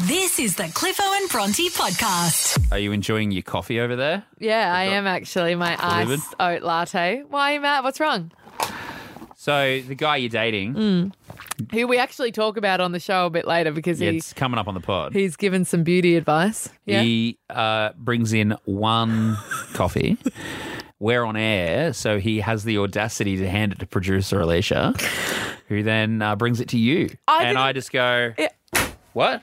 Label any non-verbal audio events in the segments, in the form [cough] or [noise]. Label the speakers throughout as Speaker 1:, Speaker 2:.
Speaker 1: This is the Cliffo and Bronte podcast.
Speaker 2: Are you enjoying your coffee over there?
Speaker 3: Yeah, I am actually. My
Speaker 2: Delivered?
Speaker 3: iced oat latte. Why, Matt? What's wrong?
Speaker 2: So the guy you're dating,
Speaker 3: Mm. Who we actually talk about on the show a bit later because
Speaker 2: yeah,
Speaker 3: he,
Speaker 2: it's coming up on the pod.
Speaker 3: he's given some beauty advice. Yeah.
Speaker 2: He uh, brings in
Speaker 3: [laughs]
Speaker 2: one coffee. We're on air, so he has the audacity to hand it to producer Alicia, who then uh, brings it to you.
Speaker 3: I
Speaker 2: and
Speaker 3: didn't-
Speaker 2: I just go,
Speaker 3: Yeah.
Speaker 2: What?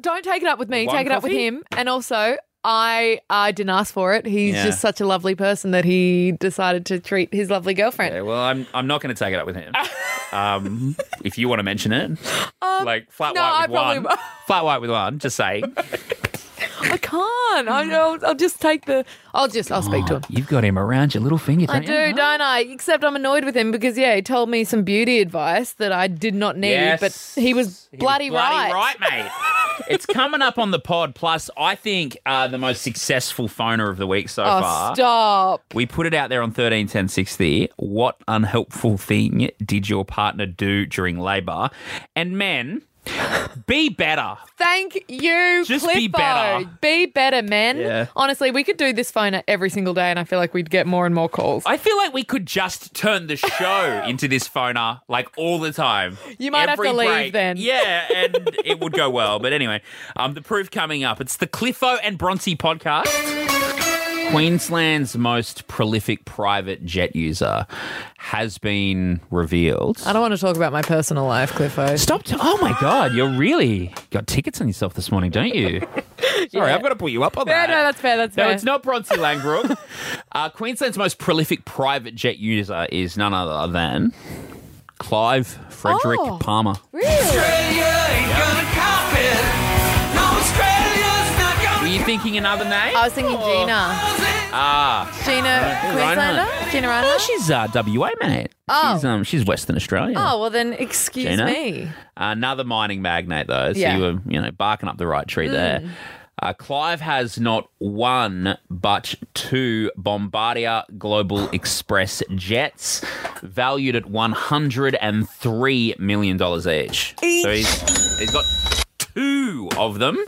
Speaker 3: Don't take it up with me.
Speaker 2: One
Speaker 3: take it up with
Speaker 2: coffee?
Speaker 3: him. And also, I I didn't ask for it. He's
Speaker 2: Yeah.
Speaker 3: just such a lovely person that he decided to treat his lovely girlfriend.
Speaker 2: Okay, well, I'm, I'm not going to take it up with
Speaker 3: [laughs]
Speaker 2: him. um, if you want to mention it, like flat
Speaker 3: Um, no,
Speaker 2: white
Speaker 3: I
Speaker 2: with
Speaker 3: probably
Speaker 2: one.
Speaker 3: won't.
Speaker 2: Flat white with one, just saying.
Speaker 3: I can't.
Speaker 2: Mm.
Speaker 3: I, I'll, I'll just take the. I'll just. I'll speak
Speaker 2: [gasps]
Speaker 3: to him.
Speaker 2: You've got him around your little finger.
Speaker 3: I
Speaker 2: don't you?
Speaker 3: do, don't I? Except I'm annoyed with him because yeah, he told me some beauty advice that I did not need, but he was bloody, right. [laughs]
Speaker 2: mate. it's coming up on the pod. Plus, I think uh, the most successful phoner of the week so
Speaker 3: Oh,
Speaker 2: far.
Speaker 3: stop.
Speaker 2: We put it out there on 131060. What unhelpful thing did your partner do during labour? And men, be better.
Speaker 3: Thank you,
Speaker 2: Just
Speaker 3: Cliffo.
Speaker 2: be better.
Speaker 3: Be better, men.
Speaker 2: Yeah.
Speaker 3: Honestly, we could do this phone every single day, and I feel like we'd get more and more calls.
Speaker 2: I feel like we could just turn the
Speaker 3: [laughs]
Speaker 2: show into this phoner like all the time.
Speaker 3: You might have
Speaker 2: Every
Speaker 3: to leave
Speaker 2: break.
Speaker 3: then.
Speaker 2: Yeah, and it would go well. But anyway, um, the proof coming up. It's the Cliffo and Bronte podcast. Queensland's most prolific private jet user has been revealed.
Speaker 3: I don't want to talk about my personal life, Cliffo.
Speaker 2: Stop! T- oh my God, you're really got tickets on yourself this morning, don't you?
Speaker 3: [laughs]
Speaker 2: Sorry, I've got to pull you up on
Speaker 3: Yeah,
Speaker 2: that.
Speaker 3: no, that's fair. That's
Speaker 2: No,
Speaker 3: fair.
Speaker 2: it's not Bronte
Speaker 3: [laughs]
Speaker 2: Langbrook. uh, Queensland's most prolific private jet user is none other than Clive Frederick
Speaker 3: Oh.
Speaker 2: Palmer.
Speaker 3: Really?
Speaker 2: Were you thinking another name?
Speaker 3: I was thinking
Speaker 2: Or-
Speaker 3: Gina.
Speaker 2: Ah,
Speaker 3: Gina Queenslander? Gina Reinhardt?
Speaker 2: she's uh, WA, mate.
Speaker 3: Oh.
Speaker 2: She's, um, she's Western Australia.
Speaker 3: Oh, well, then excuse
Speaker 2: Gina?
Speaker 3: me.
Speaker 2: Uh, Another mining magnate, though. So
Speaker 3: Yeah. Mm.
Speaker 2: you were, you know, barking up the right tree there. Uh, Clive has not one but two Bombardier Global Express jets, valued at one hundred and three million dollars each. So he's, he's got two of them.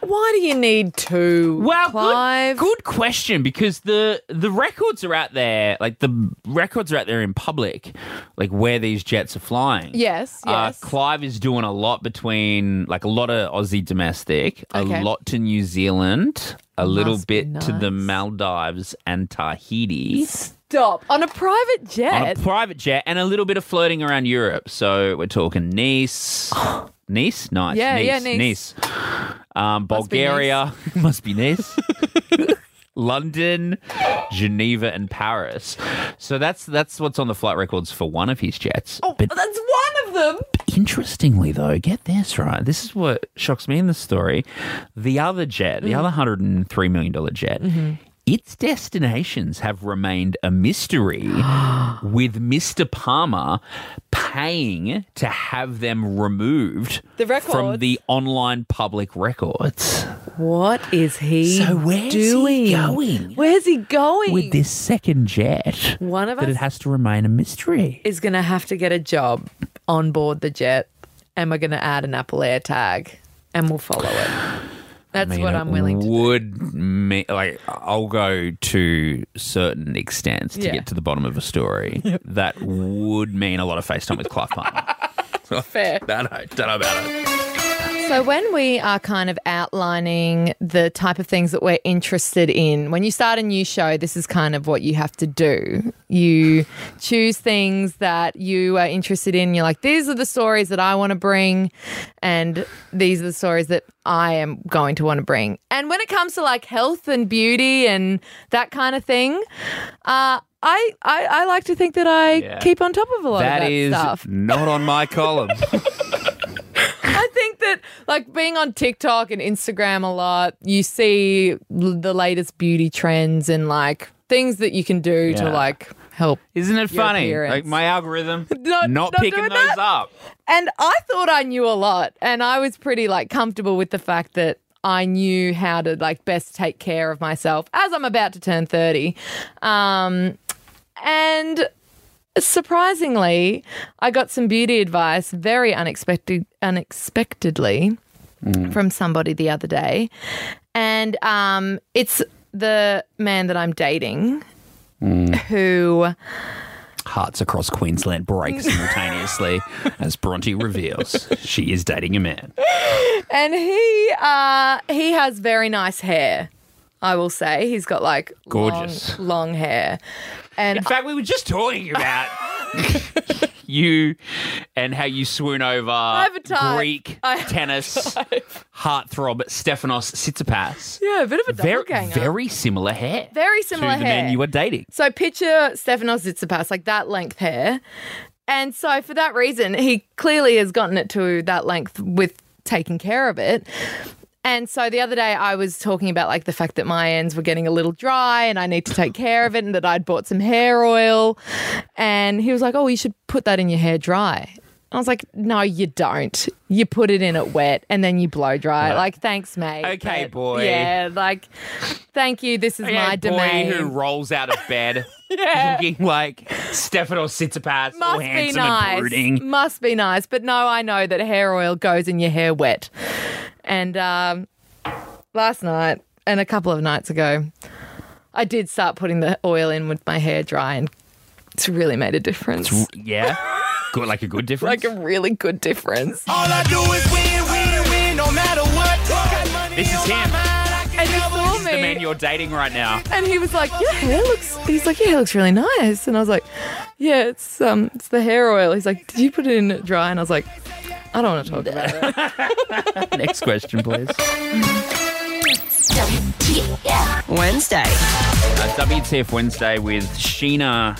Speaker 3: Why do you need two?
Speaker 2: Well,
Speaker 3: Clive.
Speaker 2: good, good question because the the records are out there, like the records are out there in public, like where these jets are flying.
Speaker 3: Yes, yes.
Speaker 2: Uh, Clive is doing a lot between, like a lot of Aussie domestic,
Speaker 3: Okay.
Speaker 2: a lot to New Zealand, a little
Speaker 3: Must be
Speaker 2: bit to the
Speaker 3: nice.
Speaker 2: Maldives and Tahiti
Speaker 3: Stop. On a private jet.
Speaker 2: on a private jet, and a little bit of flirting around Europe. So we're talking
Speaker 3: [gasps]
Speaker 2: Nice, Nice, nice,
Speaker 3: Yeah,
Speaker 2: nice,
Speaker 3: yeah,
Speaker 2: nice. Um,
Speaker 3: be Nice. [laughs]
Speaker 2: Bulgaria [laughs] must be Nice. [laughs] London, Geneva, and Paris. So that's that's what's on the flight records for one of his jets. but
Speaker 3: That's one of them.
Speaker 2: Interestingly, though, get this right. This is what shocks me in the story. The other jet,
Speaker 3: Mm.
Speaker 2: the other $103 million jet,
Speaker 3: Mm-hmm.
Speaker 2: its destinations have remained a
Speaker 3: [gasps]
Speaker 2: mystery, with Mr. Palmer paying to have them removed
Speaker 3: The
Speaker 2: from
Speaker 3: records?
Speaker 2: the online public records.
Speaker 3: What is he
Speaker 2: So where's he
Speaker 3: doing?
Speaker 2: going?
Speaker 3: Where's he going?
Speaker 2: With this second jet,
Speaker 3: One of
Speaker 2: that it
Speaker 3: us-
Speaker 2: has to remain a mystery.
Speaker 3: is going to have to get a job on board the jet, and we're going to add an Apple Air tag, and we'll follow it. That's
Speaker 2: [sighs] I mean,
Speaker 3: what
Speaker 2: it
Speaker 3: I'm willing to.
Speaker 2: Would me, like I'll go to certain extents to
Speaker 3: Yeah.
Speaker 2: get to the bottom of a story.
Speaker 3: [laughs]
Speaker 2: That would mean a lot of FaceTime with Clive Palmer. [laughs]
Speaker 3: Fair.
Speaker 2: Don't know, don't know about it.
Speaker 3: So when we are kind of outlining the type of things that we're interested in, when you start a new show, this is kind of what you have to do. You choose things that you are interested in. You're like, these are the stories that I want to bring, and these are the stories that I am going to want to bring. And when it comes to like health and beauty and that kind of thing, uh, I, I I like to think that I
Speaker 2: Yeah.
Speaker 3: keep on top of a lot of
Speaker 2: That
Speaker 3: that
Speaker 2: is
Speaker 3: stuff.
Speaker 2: not on my
Speaker 3: [laughs]
Speaker 2: column.
Speaker 3: I think that like being on TikTok and Instagram a lot, you see l- the latest beauty trends and like things that you can do to
Speaker 2: Yeah.
Speaker 3: like help.
Speaker 2: Isn't it
Speaker 3: Your
Speaker 2: funny?
Speaker 3: appearance.
Speaker 2: Like my algorithm,
Speaker 3: [laughs]
Speaker 2: not
Speaker 3: Not- not
Speaker 2: picking
Speaker 3: doing
Speaker 2: those
Speaker 3: that?
Speaker 2: up.
Speaker 3: And I thought I knew a lot and I was pretty like comfortable with the fact that I knew how to like best take care of myself as I'm about to turn 30. Um and surprisingly, I got some beauty advice very unexpected unexpectedly from somebody the other day, and um, it's the man that I'm dating who.
Speaker 2: Hearts across Queensland break
Speaker 3: [laughs]
Speaker 2: simultaneously as Bronte reveals she is dating a man.
Speaker 3: and he uh, he has very nice hair. I will say he's got like
Speaker 2: Gorgeous.
Speaker 3: long, long hair, and
Speaker 2: In fact, we were just talking about [laughs] you and how you swoon over
Speaker 3: have a type.
Speaker 2: Greek
Speaker 3: I have a
Speaker 2: tennis heartthrob Stephanos Tsitsipas.
Speaker 3: yeah, a bit of a
Speaker 2: Very,
Speaker 3: doppelganger.
Speaker 2: very similar hair.
Speaker 3: Very
Speaker 2: to
Speaker 3: similar
Speaker 2: the
Speaker 3: hair.
Speaker 2: man you were dating.
Speaker 3: So picture Stefanos Tsitsipas, like that length hair. And so for that reason, he clearly has gotten it to that length with taking care of it. And so the other day I was talking about like the fact that my ends were getting a little dry and I need to take care of it and that I'd bought some hair oil. And he was like, "Oh, you should put that in your hair dry." I was like, "No, you don't. You put it in it wet and then you blow dry." it. Like, thanks, mate.
Speaker 2: Okay,
Speaker 3: But
Speaker 2: boy.
Speaker 3: Yeah, like, thank you. This is
Speaker 2: Okay,
Speaker 3: my
Speaker 2: boy
Speaker 3: domain.
Speaker 2: who rolls out of bed
Speaker 3: [laughs] Yeah.
Speaker 2: looking like Stephanos Tsitsipas, all
Speaker 3: Must be
Speaker 2: handsome
Speaker 3: nice.
Speaker 2: and
Speaker 3: [laughs]
Speaker 2: brooding.
Speaker 3: Must be nice. But no, I know that hair oil goes in your hair wet. And um, last night and a couple of nights ago, I did start putting the oil in with my hair dry, and it's really made a difference.
Speaker 2: Yeah. Good, like a good difference.
Speaker 3: [laughs] like a really good difference.
Speaker 2: Oh,
Speaker 4: All I do is win, win, win, no matter what. Got money
Speaker 2: This is
Speaker 4: on my
Speaker 2: him.
Speaker 4: mind, I can
Speaker 3: And he
Speaker 4: never
Speaker 3: saw
Speaker 2: the man
Speaker 3: me,
Speaker 2: you're dating right
Speaker 3: [laughs]
Speaker 2: now.
Speaker 3: and he was like, "Your hair looks." He's like, "Your hair looks really nice," and I was like, "Yeah, it's um, it's the hair oil." He's like, "Did you put it in it dry?" And I was like, "I don't want to talk about it."
Speaker 2: Next question, please.
Speaker 5: Wednesday.
Speaker 2: Uh, WTF Wednesday with Sheena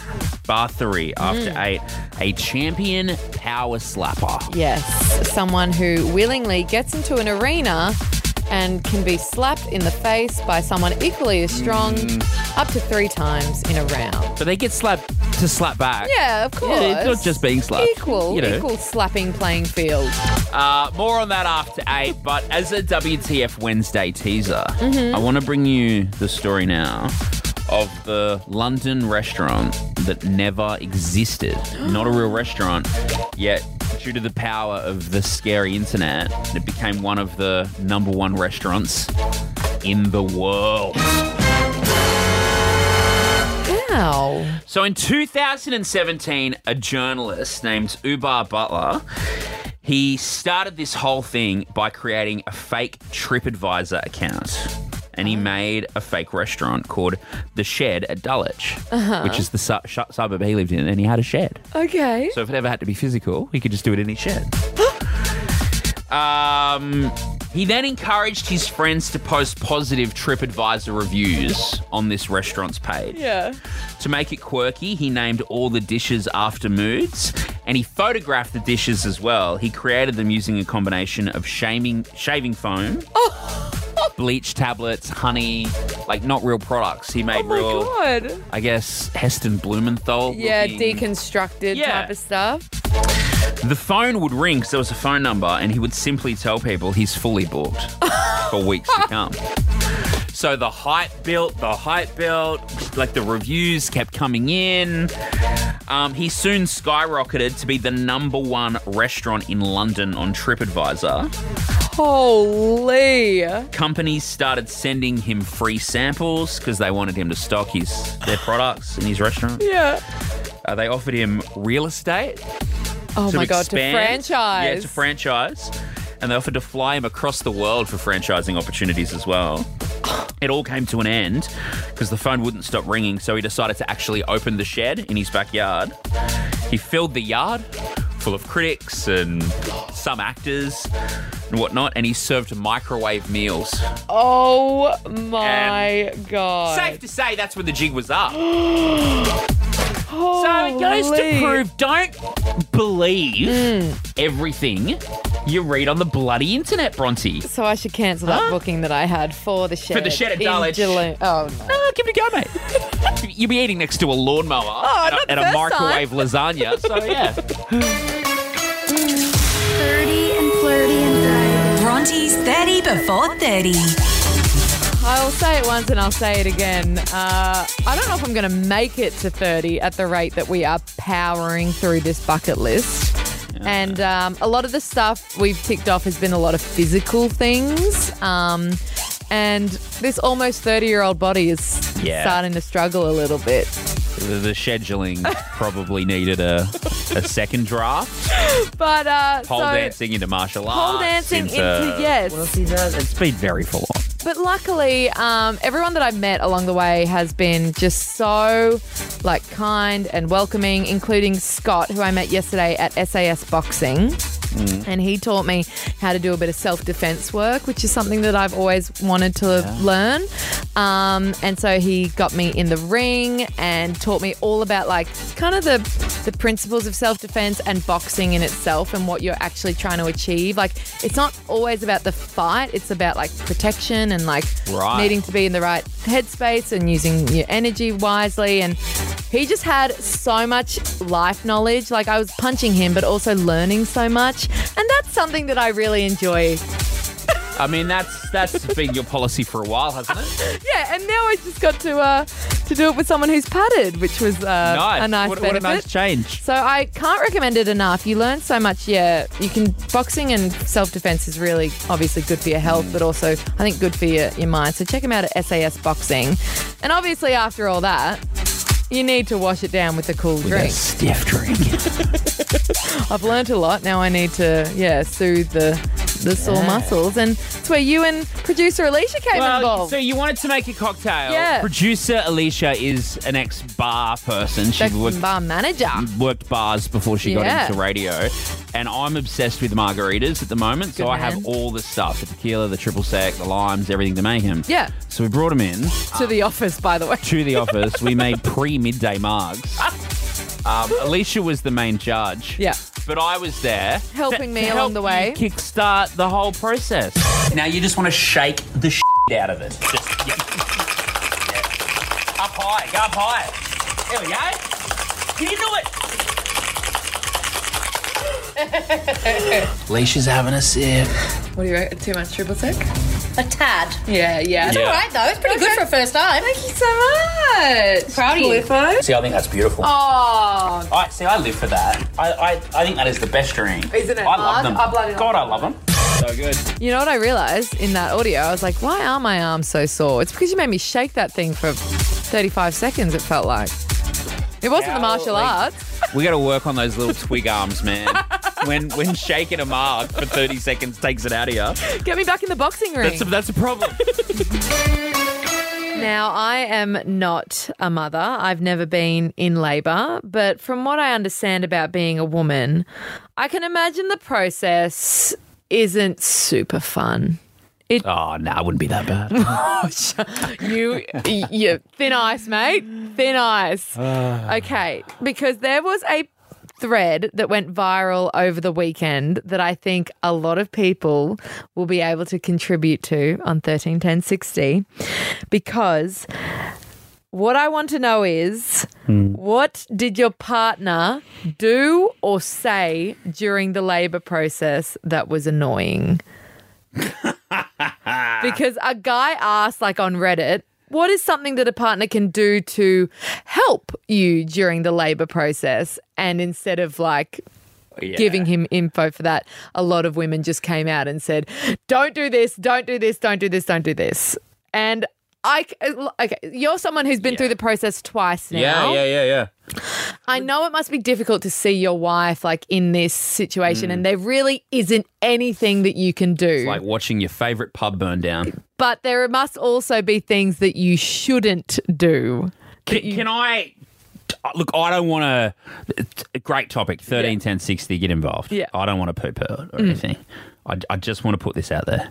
Speaker 2: Bathory after eight,
Speaker 3: Mm.
Speaker 2: a champion power slapper.
Speaker 3: Yes, someone who willingly gets into an arena and can be slapped in the face by someone equally as strong
Speaker 2: Mm.
Speaker 3: up to three times in a round.
Speaker 2: But they get slapped to slap back.
Speaker 3: Yeah, of course.
Speaker 2: it's not just being slapped.
Speaker 3: Equal,
Speaker 2: you know.
Speaker 3: equal slapping playing field.
Speaker 2: Uh, more on that after eight. But as a WTF Wednesday teaser, I want to bring you the story now of the London restaurant that never existed. Not a real restaurant, yet due to the power of the scary internet, it became one of the number one restaurants in the world.
Speaker 3: Wow.
Speaker 2: So in 2017, a journalist named Ubar Butler, he started this whole thing by creating a fake TripAdvisor account. And he made a fake restaurant called The Shed at Dulwich, which is the su- sh- suburb he lived in, and he had a shed.
Speaker 3: Okay.
Speaker 2: So if it ever had to be physical, he could just do it in his shed. um, he then encouraged his friends to post positive TripAdvisor reviews on this restaurant's page.
Speaker 3: Yeah.
Speaker 2: To make it quirky, he named all the dishes after moods, and he photographed the dishes as well. He created them using a combination of shaming, shaving
Speaker 3: [laughs]
Speaker 2: foam, bleach tablets, honey, like not real products. He made real,
Speaker 3: Oh God.
Speaker 2: I guess, Heston Blumenthal.
Speaker 3: Yeah,
Speaker 2: looking-
Speaker 3: deconstructed
Speaker 2: Yeah.
Speaker 3: type of stuff.
Speaker 2: The phone would ring because there was a phone number, and he would simply tell people he's fully booked for weeks to come. So the hype built, the hype built, like the reviews kept coming in. Um, he soon skyrocketed to be the number one restaurant in London on TripAdvisor.
Speaker 3: Holy.
Speaker 2: Companies started sending him free samples because they wanted him to stock his their products in his restaurant.
Speaker 3: Yeah.
Speaker 2: Uh, they offered him real estate.
Speaker 3: Oh
Speaker 2: to
Speaker 3: my god,
Speaker 2: expand.
Speaker 3: to franchise.
Speaker 2: Yeah, to franchise. And they offered to fly him across the world for franchising opportunities as well. It all came to an end because the phone wouldn't stop ringing, so he decided to actually open the shed in his backyard. He filled the yard full of critics and some actors and whatnot, and he served microwave meals.
Speaker 3: oh my god.
Speaker 2: Safe to say that's when the jig was up. [gasps] So it goes to
Speaker 3: Holy. Hmm.
Speaker 2: prove don't believe everything you read on the bloody internet, Bronte.
Speaker 3: So I should cancel that booking that I had for the shed.
Speaker 2: the shed at
Speaker 3: in
Speaker 2: Dulwich.
Speaker 3: Geelong. Oh, no.
Speaker 2: Ah, give it a go, [laughs] mate. You'll be eating next to a lawnmower and,
Speaker 3: Oh, not
Speaker 2: a, and
Speaker 3: the
Speaker 2: a
Speaker 3: first
Speaker 2: microwave lasagna.
Speaker 3: [laughs]
Speaker 2: So, yeah.
Speaker 5: Dirty and flirty and
Speaker 1: Bronte's 30 before 30.
Speaker 3: I'll say it once and I'll say it again. Uh, I don't know if I'm going to make it to 30 at the rate that we are powering through this bucket list. And um, a lot of the stuff we've ticked off has been a lot of physical things. Um, and this almost 30 year old body is
Speaker 2: Yeah.
Speaker 3: starting to struggle a little bit.
Speaker 2: The, the scheduling probably needed a, a second
Speaker 3: [laughs]
Speaker 2: draft.
Speaker 3: But uh,
Speaker 2: Pole
Speaker 3: so
Speaker 2: dancing into martial arts. uh,
Speaker 3: pole dancing into,
Speaker 2: into,
Speaker 3: yes.
Speaker 2: It's been very full on.
Speaker 3: But luckily, um, everyone that I've met along the way has been just so like kind and welcoming, including Scott, who I met yesterday at SAS Boxing. And he taught me how to do a bit of self defense work, which is something that I've always wanted to learn. Um, and so he got me in the ring and taught me all about like kind of the the principles of self defense and boxing in itself and what you're actually trying to achieve. Like it's not always about the fight; it's about like protection and like
Speaker 2: Right.
Speaker 3: needing to be in the right headspace and using your energy wisely. And he just had so much life knowledge. Like I was punching him, but also learning so much. And that's something that I really enjoy.
Speaker 2: I mean, that's that's been your policy for a while, hasn't it?
Speaker 3: Yeah, and now I just got to uh, to do it with someone who's padded, which was uh,
Speaker 2: Nice.
Speaker 3: a nice
Speaker 2: what, what a
Speaker 3: benefit.
Speaker 2: nice change.
Speaker 3: So I can't recommend it enough. You learn so much. Yeah, you can boxing and self defense is really obviously good for your health, but also I think good for your, your mind. So check him out at SAS Boxing. And obviously, after all that, you need to wash it down with a cool drink.
Speaker 2: stiff drink.
Speaker 3: I've learnt a lot. Now I need to yeah soothe the the sore muscles, and it's where you and producer Alicia came
Speaker 2: Well,
Speaker 3: involved.
Speaker 2: so you wanted to make a cocktail.
Speaker 3: Yeah.
Speaker 2: Producer Alicia is an ex-bar person. She Mm.
Speaker 3: That's
Speaker 2: worked
Speaker 3: bar manager.
Speaker 2: worked bars before she
Speaker 3: Yeah.
Speaker 2: got into radio. And I'm obsessed with margaritas at the moment, so
Speaker 3: Good
Speaker 2: I
Speaker 3: man.
Speaker 2: have all the stuff: the tequila, the triple sec, the limes, everything to make him.
Speaker 3: Yeah.
Speaker 2: So we brought him in
Speaker 3: To the office, by the way.
Speaker 2: to the office. We made pre-midday
Speaker 3: [laughs]
Speaker 2: margs. Um, Alicia was the main judge.
Speaker 3: Yeah.
Speaker 2: But I was there
Speaker 3: Helping me along
Speaker 2: help
Speaker 3: the way.
Speaker 2: you Kickstart the whole process. Now you just want to shake the shit out of it. Just, yeah. [laughs] Yeah. Up high, go up high. There we go. You can [laughs] do it. Leisha's having a sip.
Speaker 3: What do you reckon? Too much triple sec?
Speaker 6: A tad.
Speaker 3: Yeah, yeah.
Speaker 6: All right, though. It's pretty good for a first time.
Speaker 3: Thank you so much.
Speaker 6: Proud of you.
Speaker 2: See, I think that's beautiful.
Speaker 3: Oh,
Speaker 2: I see. I live for that. I, I, I think that is the best drink.
Speaker 3: Isn't it?
Speaker 2: I love them.
Speaker 3: I bloody love
Speaker 2: God, I love them. So good.
Speaker 3: you know what I realized in that audio? I was like, why are my arms so sore? It's because you made me shake that thing for 35 seconds, it felt like. It wasn't the
Speaker 2: Ow,
Speaker 3: martial
Speaker 2: like-
Speaker 3: arts.
Speaker 2: We got to work on those little twig arms, [laughs] man. When when shaking a mark for thirty seconds takes it out of you.
Speaker 3: Get me back in the boxing ring.
Speaker 2: That's a, that's a problem.
Speaker 3: Now, I am not a mother. I've never been in labor, but from what I understand about being a woman, I can imagine the process isn't super fun.
Speaker 2: [laughs] Oh no, it wouldn't be that [laughs] bad. Oh,
Speaker 3: You, you thin ice, mate. Thin ice. Okay, because there was a thread that went viral over the weekend that I think a lot of people will be able to contribute to on 131060 because what I want to know is what did your partner do or say during the labor process that was annoying? because a guy asked like on reddit what is something that a partner can do to help you during the labor process and instead of like giving him info for that a lot of women just came out and said don't do this don't do this don't do this don't do this and I c- uh, okay, you're someone who's been through the process twice now.
Speaker 2: yeah, yeah.
Speaker 3: I know it must be difficult to see your wife like in this situation, and there really isn't anything that you can do.
Speaker 2: Mm. Like watching your favorite pub burn down.
Speaker 3: But there must also be things that you shouldn't do.
Speaker 2: Can, can I? uh, Look, I don't want to. Great topic. Thirteen, ten, sixty. Get involved.
Speaker 3: Yeah.
Speaker 2: I don't want to poo poo or anything. I, I just want to put this out there.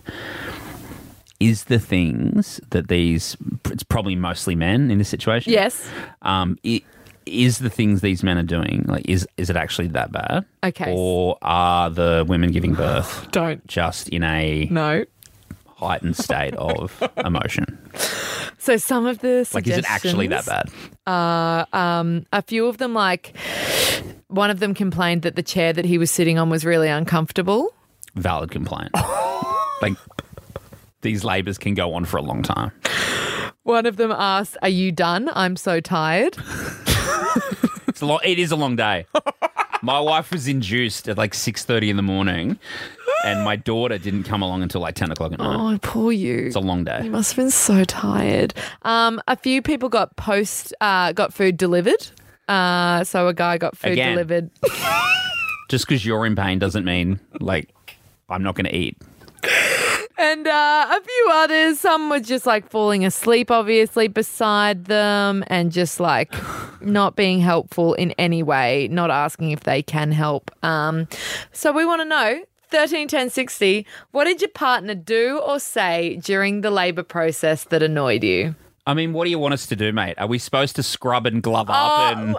Speaker 2: Is the things that these? It's probably mostly men in this situation.
Speaker 3: Yes.
Speaker 2: um, i- is the things these men are doing like is is it actually that bad?
Speaker 3: Okay.
Speaker 2: Or are the women giving birth
Speaker 3: Don't.
Speaker 2: just in a
Speaker 3: No.
Speaker 2: heightened state
Speaker 3: [laughs]
Speaker 2: of emotion?
Speaker 3: So some of the
Speaker 2: Like, is it actually that bad?
Speaker 3: A few of them, like one of them, complained that the chair that he was sitting on was really uncomfortable.
Speaker 2: Valid
Speaker 3: [laughs]
Speaker 2: complaint. like these labors can go on for a long time.
Speaker 3: One of them asked,
Speaker 2: [gasps]
Speaker 3: "Are you done? I'm so tired." [laughs]
Speaker 2: It's a long. It is a long day. My wife was induced at like six thirty in the morning, and my daughter didn't come along until like ten o'clock at night.
Speaker 3: Oh, poor you.
Speaker 2: It's a long
Speaker 3: You
Speaker 2: day.
Speaker 3: must have been so tired. Um, a few people got post uh, got food delivered. Uh, so a guy got food
Speaker 2: Again.
Speaker 3: delivered.
Speaker 2: Just because you're in pain doesn't mean like I'm not going to eat.
Speaker 3: And uh, a few others, some were just like falling asleep, obviously, beside them and
Speaker 2: [sighs]
Speaker 3: just like not being helpful in any way, not asking if they can help. Um, so we want to know 13, 10, 60, what did your partner do or say during the labor process that annoyed you?
Speaker 2: I mean, what do you want us to do, mate? Are we supposed to scrub and glove
Speaker 3: Oh.
Speaker 2: up and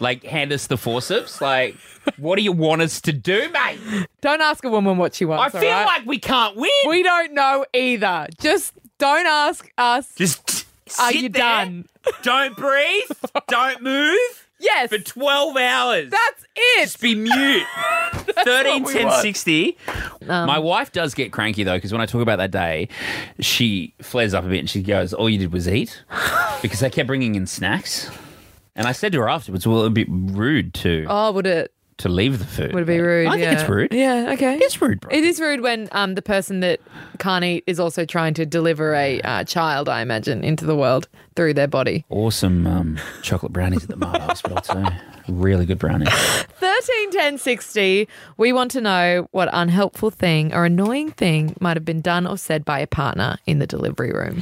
Speaker 2: like hand us the forceps? Like, what do you want us to do, mate?
Speaker 3: Don't ask a woman what she
Speaker 2: I
Speaker 3: wants.
Speaker 2: feel
Speaker 3: all right?
Speaker 2: like we can't win.
Speaker 3: we don't know either. Just don't ask us.
Speaker 2: Just
Speaker 3: Are
Speaker 2: sit
Speaker 3: you
Speaker 2: there,
Speaker 3: done?
Speaker 2: Don't breathe. don't move
Speaker 3: Yes,
Speaker 2: for twelve hours.
Speaker 3: that's it.
Speaker 2: Just be
Speaker 3: [laughs]
Speaker 2: mute. 13,
Speaker 3: we
Speaker 2: 10,
Speaker 3: want. Um,
Speaker 2: 60. My wife does get cranky though, because when I talk about that day, she flares up a bit and she goes, All you did was
Speaker 3: [laughs]
Speaker 2: eat because they kept bringing in snacks. And I said to her afterwards, Well, it'd be rude to,
Speaker 3: Oh, would it?
Speaker 2: to leave the food.
Speaker 3: Would it be rude?
Speaker 2: I
Speaker 3: yeah.
Speaker 2: think it's rude.
Speaker 3: Yeah, okay.
Speaker 2: It's rude, bro.
Speaker 3: It is rude when um, the person that can't eat is also trying to deliver a uh, child, I imagine, into the world through their body.
Speaker 2: Awesome um, chocolate brownies at the Mart Hospital, too. Really good brownies.
Speaker 3: 13, 10, 60, we want to know what unhelpful thing or annoying thing might have been done or said by your partner in the delivery room.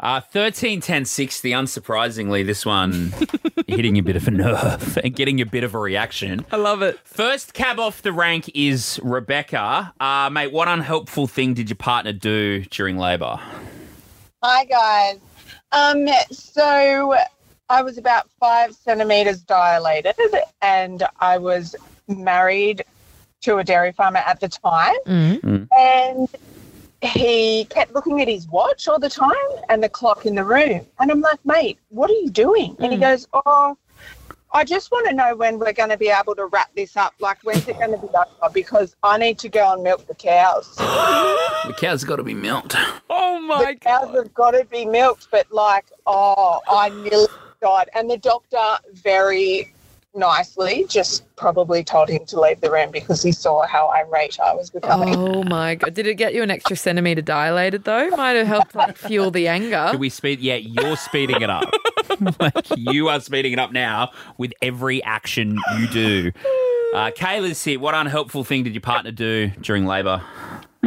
Speaker 2: Uh, 13, 10, 60, unsurprisingly, this
Speaker 3: [laughs]
Speaker 2: one hitting a bit of a nerve and getting a bit of a reaction.
Speaker 3: I love it.
Speaker 2: First cab off the rank is Rebecca. Uh, mate, what unhelpful thing did your partner do during labour?
Speaker 7: Hi guys. Um, so I was about five centimeters dilated, and I was married to a dairy farmer at the time, and he kept looking at his watch all the time and the clock in the room, and I'm like, mate, what are you doing?
Speaker 2: Mm.
Speaker 7: And he goes, oh. I just want to know when we're going to be able to wrap this up. Like, when's it going to be over? Because I need to go and milk the cows.
Speaker 2: [gasps] The cow's got to be milked.
Speaker 3: Oh my God.
Speaker 7: cows have got to be milked, but like, oh, I nearly died. And the doctor very nicely just probably told him to leave the room because he saw how irate I was becoming.
Speaker 3: Oh my God. Did it get you an extra centimeter dilated though? Might have helped like fuel the anger.
Speaker 2: Can we speed? Yeah, you're speeding it
Speaker 3: [laughs]
Speaker 2: up. like, you are speeding it up now with every action you do. Uh, Kayla's here. What unhelpful thing did your partner do during labour?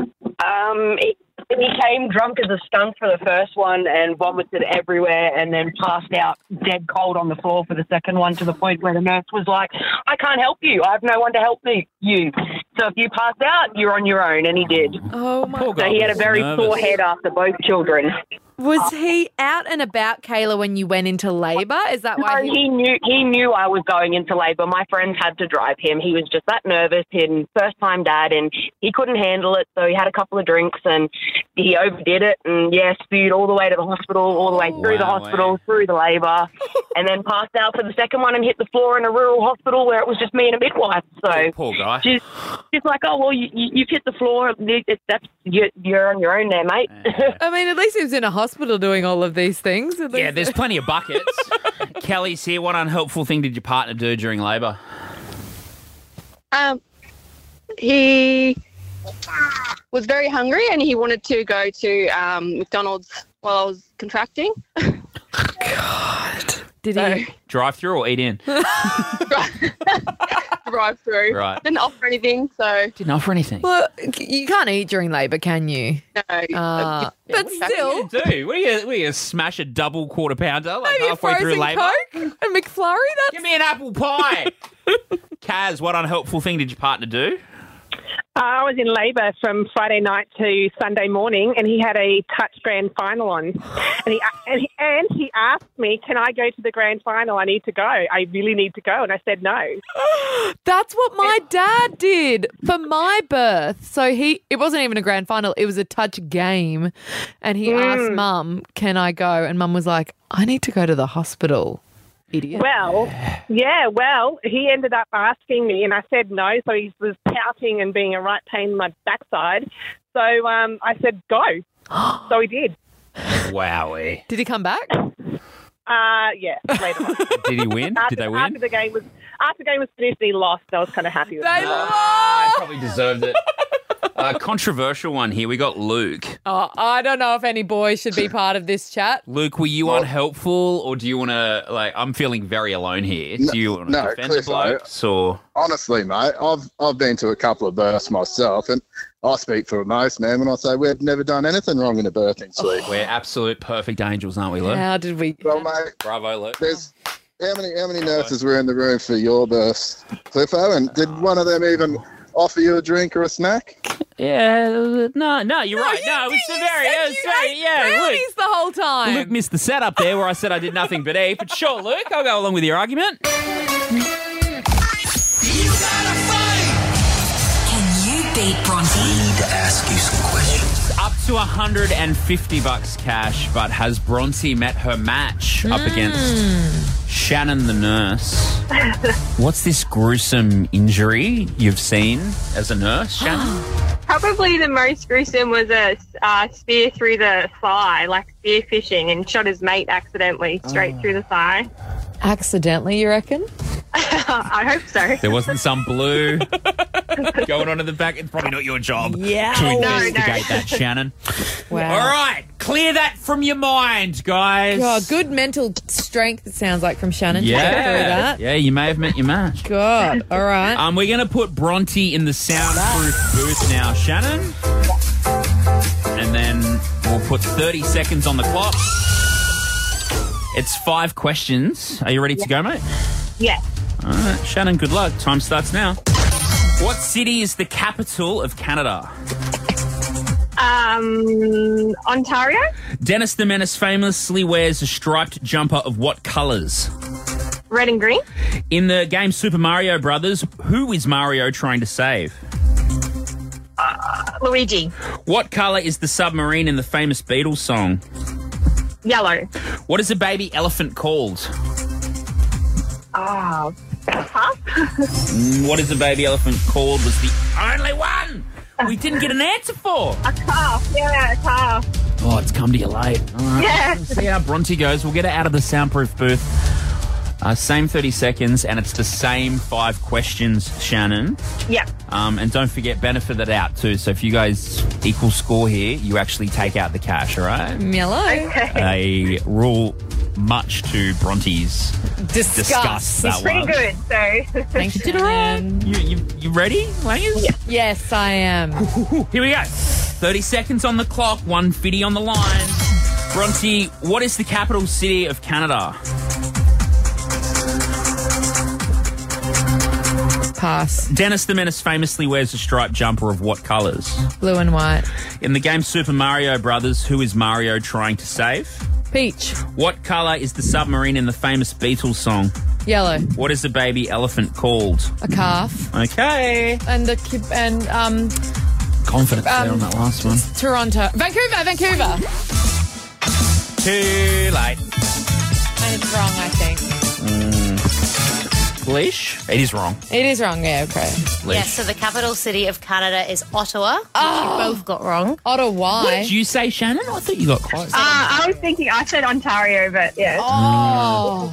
Speaker 8: Um, he, he came drunk as a skunk for the first one and vomited everywhere and then passed out dead cold on the floor for the second one to the point where the nurse was like, I can't help you. I have no one to help me, you. So if you pass out, you're on your own. And he did.
Speaker 3: Oh my
Speaker 2: Poor
Speaker 3: God.
Speaker 2: guy
Speaker 8: So he had a
Speaker 2: was
Speaker 8: very
Speaker 2: nervous.
Speaker 8: sore head after both children.
Speaker 3: Was he out and about, Kayla, when you went into labour? Is that
Speaker 8: No,
Speaker 3: why? he-
Speaker 8: he knew he knew I was going into labour. My friends had to drive him. He was just that nervous. His first time dad, and he couldn't handle it. So he had a couple of drinks, and he overdid it, and yeah, spewed all the way to the hospital, all the way through the
Speaker 2: Wow,
Speaker 8: hospital,
Speaker 2: eh?
Speaker 8: through the labour, and then passed out for the second one and hit the floor in a rural hospital where it was just me and a midwife. So
Speaker 2: Poor guy.
Speaker 8: she's she's like, oh well, you, you, you've hit the floor. It, that's you're, you're on your own there, mate. [laughs]
Speaker 3: I mean, at least he was in a hospital doing all of these things. At
Speaker 2: Yeah,
Speaker 3: least-
Speaker 2: there's plenty of [laughs] buckets. Kelly's here. What unhelpful thing did your partner do during labour?
Speaker 9: Um, he was very hungry and he wanted to go to um, McDonald's while I was contracting.
Speaker 3: Did
Speaker 9: So,
Speaker 3: he?
Speaker 2: Drive through or eat in?
Speaker 9: drive through.
Speaker 2: [laughs] Right.
Speaker 9: Didn't offer anything, so
Speaker 2: Didn't offer anything.
Speaker 3: Well, you can't eat during labour, can you?
Speaker 9: no.
Speaker 3: Uh, but
Speaker 9: what are
Speaker 3: still,
Speaker 2: do? What are you, what are you gonna smash a double quarter pounder like
Speaker 3: maybe a
Speaker 2: halfway through
Speaker 3: frozen
Speaker 2: labour?
Speaker 3: coke, a McFlurry. That's
Speaker 2: Give me an apple [laughs] pie. Kaz, what unhelpful thing did your partner do?
Speaker 10: I was in labour from Friday night to Sunday morning, and he had a touch grand final on, and he and he, and he asked me, "Can I go to the grand final? I need to go. I really need to go." And I said, "No."
Speaker 3: that's what my dad did for my birth. So he, it wasn't even a grand final; it was a touch game, and he asked mum, "Can I go?" And mum was like, "I need to go to the hospital." Idiot.
Speaker 10: Well, yeah, well, he ended up asking me, and I said no. So he was pouting and being a right pain in my backside. So um, I said, "Go." So he did.
Speaker 2: Wowie.
Speaker 3: Did he come back?
Speaker 10: Uh, yeah, later on.
Speaker 2: Did he win?
Speaker 10: After,
Speaker 2: Did they
Speaker 10: After
Speaker 2: win?
Speaker 10: the game was after the game was finished and he lost, I was kind of happy with
Speaker 3: They
Speaker 10: that.
Speaker 2: I Ah, probably deserved it. uh, controversial one here. We got Luke.
Speaker 3: Oh, I don't know if any boys should be part of this chat.
Speaker 2: Luke, were you unhelpful, or do you want to like? I'm feeling very alone here.
Speaker 11: No-
Speaker 2: Do you want to
Speaker 11: no,
Speaker 2: defend the
Speaker 11: Cliffo.
Speaker 2: blokes or?
Speaker 11: Honestly, mate, I've I've been to a couple of births myself, and I speak for most men when I say we've never done anything wrong in a birthing suite.
Speaker 2: We're absolute perfect angels, aren't we, Luke?
Speaker 3: How did we?
Speaker 11: Well, mate,
Speaker 2: Bravo, Luke.
Speaker 11: There's how many how many nurses were in the room for your birth, Cliffo? And did one of them even offer you a drink or a snack?
Speaker 2: Yeah, no, no, you're right.
Speaker 3: you
Speaker 2: no, it was
Speaker 3: did. You
Speaker 2: Severi.
Speaker 3: said
Speaker 2: It was
Speaker 3: you
Speaker 2: Severi.
Speaker 3: ate
Speaker 2: Yeah, Luke.
Speaker 3: brownies the whole time.
Speaker 2: Luke missed the setup there where I said I did nothing but eat. But sure, Luke, I'll go along with your argument.
Speaker 1: Can you beat Bronte?
Speaker 4: to ask you some questions.
Speaker 2: It's up to 150 bucks cash, but has Bronte met her match up
Speaker 3: Hmm.
Speaker 2: against Shannon the
Speaker 3: [laughs]
Speaker 2: nurse? What's this gruesome injury you've seen as a nurse,
Speaker 3: [gasps]
Speaker 2: Shannon?
Speaker 12: Probably the most gruesome was a uh, spear through the thigh, like spear fishing, and shot his mate accidentally straight through the thigh.
Speaker 3: Accidentally, you reckon?
Speaker 12: I hope so.
Speaker 2: there wasn't some blue going on in the back. It's probably not your job
Speaker 12: Yeah.
Speaker 2: to
Speaker 12: No, no.
Speaker 2: investigate that, Shannon.
Speaker 3: Wow.
Speaker 2: All right, clear that from your mind, guys.
Speaker 3: God, Oh, good mental strength. It sounds like from Shannon. to get through
Speaker 2: Yeah,
Speaker 3: that.
Speaker 2: yeah, you may have met your match.
Speaker 3: God. All right.
Speaker 2: Um, we're going to put Bronte in the soundproof booth now, Shannon. And then we'll put 30 seconds on the clock. It's five questions. Are you ready to go, mate?
Speaker 12: Yeah.
Speaker 2: All right, Shannon, good luck. Time starts now. What city is the capital of Canada?
Speaker 12: Um, Ontario,
Speaker 2: Dennis the Menace famously wears a striped jumper of what colours?
Speaker 12: red and green.
Speaker 2: In the game Super Mario Brothers, who is Mario trying to save?
Speaker 12: Luigi,
Speaker 2: What colour is the submarine in the famous Beatles song?
Speaker 12: yellow.
Speaker 2: What is a baby elephant called?
Speaker 12: Oh, pass.
Speaker 2: Mm, What is a baby elephant called was the only one we didn't get an answer for.
Speaker 12: A calf. Yeah, a calf.
Speaker 2: Oh, it's come to you late. All right.
Speaker 12: Yeah.
Speaker 2: We'll see how Bronte goes. We'll get her out of the soundproof booth. Uh, same 30 seconds, and it's the same five questions, Shannon.
Speaker 12: Yeah.
Speaker 2: Um, and don't forget, benefit it out too. So if you guys equal score here, you actually take out the cash, all right?
Speaker 3: Hello.
Speaker 2: A rule much to Bronte's
Speaker 3: Discuss.
Speaker 2: disgust that
Speaker 12: Pretty
Speaker 2: one.
Speaker 12: good. So [laughs]
Speaker 3: Thanks, Shannon.
Speaker 2: You, you, you ready, Langers? Yeah.
Speaker 3: Yes, I am.
Speaker 2: Here we go. 30 seconds on the clock, one fitty on the line. Bronte, what is the capital city of Canada?
Speaker 3: Pass.
Speaker 2: Dennis the Menace famously wears a striped jumper of what colours?
Speaker 3: Blue and white.
Speaker 2: In the game Super Mario Brothers, who is Mario trying to save?
Speaker 3: Peach.
Speaker 2: What colour is the submarine in the famous Beatles song?
Speaker 3: Yellow.
Speaker 2: What is the baby elephant called?
Speaker 3: A calf.
Speaker 2: Okay.
Speaker 3: And the kid. And um,
Speaker 2: Confidence
Speaker 3: Um,
Speaker 2: there on that last one.
Speaker 3: Toronto. Vancouver. Vancouver.
Speaker 2: Too late.
Speaker 3: And it's wrong, I think.
Speaker 2: Leash? It is wrong.
Speaker 3: It is wrong. Yeah. Okay.
Speaker 2: Leash.
Speaker 6: Yes, so the capital city of Canada is Ottawa. which You both got wrong.
Speaker 3: Ottawa.
Speaker 2: What did you say, Shannon? I thought you got close.
Speaker 12: uh, I was thinking. I said Ontario, but yeah.
Speaker 3: Oh.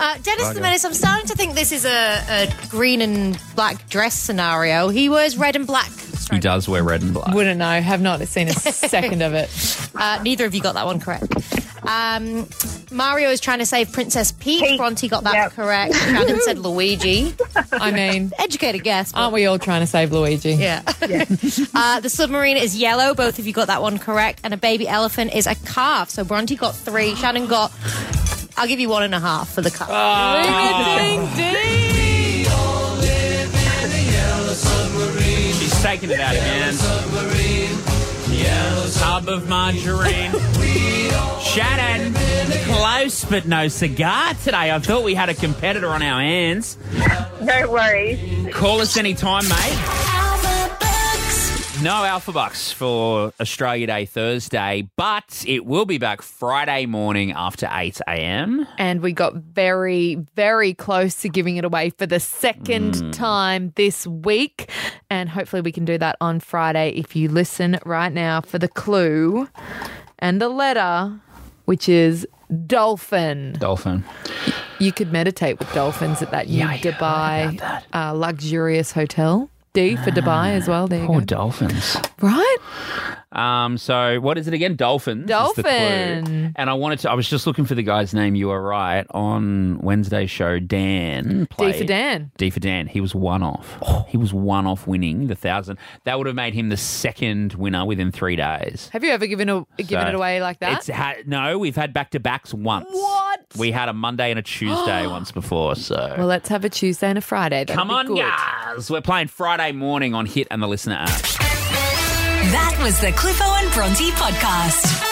Speaker 6: Uh, Dennis
Speaker 2: Okay.
Speaker 6: the Menace, I'm starting to think this is a, a green and black dress scenario. He wears red and black.
Speaker 2: He does wear red and black.
Speaker 3: Wouldn't know. Have not seen a second of it.
Speaker 6: Uh, neither of you got that one correct. Um, Mario is trying to save Princess Peach.
Speaker 12: Peach,
Speaker 6: Bronte got that
Speaker 12: yep.
Speaker 6: correct. Shannon said Luigi.
Speaker 3: I mean,
Speaker 6: Educated guess. but-
Speaker 3: aren't we all trying to save Luigi?
Speaker 6: Yeah. uh, the submarine is yellow. Both of you got that one correct. And a baby elephant is a calf. So Bronte got three. Shannon got. I'll give you one and a half for the calf.
Speaker 3: Ding, ding, ding.
Speaker 2: She's taking it out again. Yeah, tub of margarine. Shannon, close but no cigar today. I thought we had a competitor on our hands.
Speaker 12: No worries.
Speaker 2: Call us anytime, mate. No Alpha Bucks for Australia Day Thursday, but it will be back Friday morning after 8 a.m.
Speaker 3: And we got very, very close to giving it away for the second
Speaker 2: Mm.
Speaker 3: time this week. And hopefully we can do that on Friday if you listen right now for the clue and the letter, which is Dolphin.
Speaker 2: Dolphin.
Speaker 3: You could meditate with dolphins at that new Dubai Uh, luxurious hotel. D for Dubai as well. There you
Speaker 2: Poor
Speaker 3: go.
Speaker 2: dolphins.
Speaker 3: Right?
Speaker 2: Um, so what is it again? Dolphins. is the clue.
Speaker 3: Dolphin.
Speaker 2: And I wanted to. I was just looking for the guy's name. You were right on Wednesday's show. Dan.
Speaker 3: D
Speaker 2: Played,
Speaker 3: for Dan. Oh.
Speaker 2: D for Dan. He was one off. He was one off winning the thousand. That would have made him the second winner within three days.
Speaker 3: Have you ever given a, given
Speaker 2: So
Speaker 3: it away like that?
Speaker 2: It's ha- no, we've had back to backs once.
Speaker 3: What?
Speaker 2: We had a Monday and a
Speaker 3: [gasps]
Speaker 2: Tuesday once before. So
Speaker 3: well, let's have a Tuesday and a Friday. That'd
Speaker 2: come
Speaker 3: be
Speaker 2: on,
Speaker 3: good.
Speaker 2: guys. We're playing Friday morning on Hit and the Listener app.
Speaker 1: That was the Cliffo and Bronte podcast.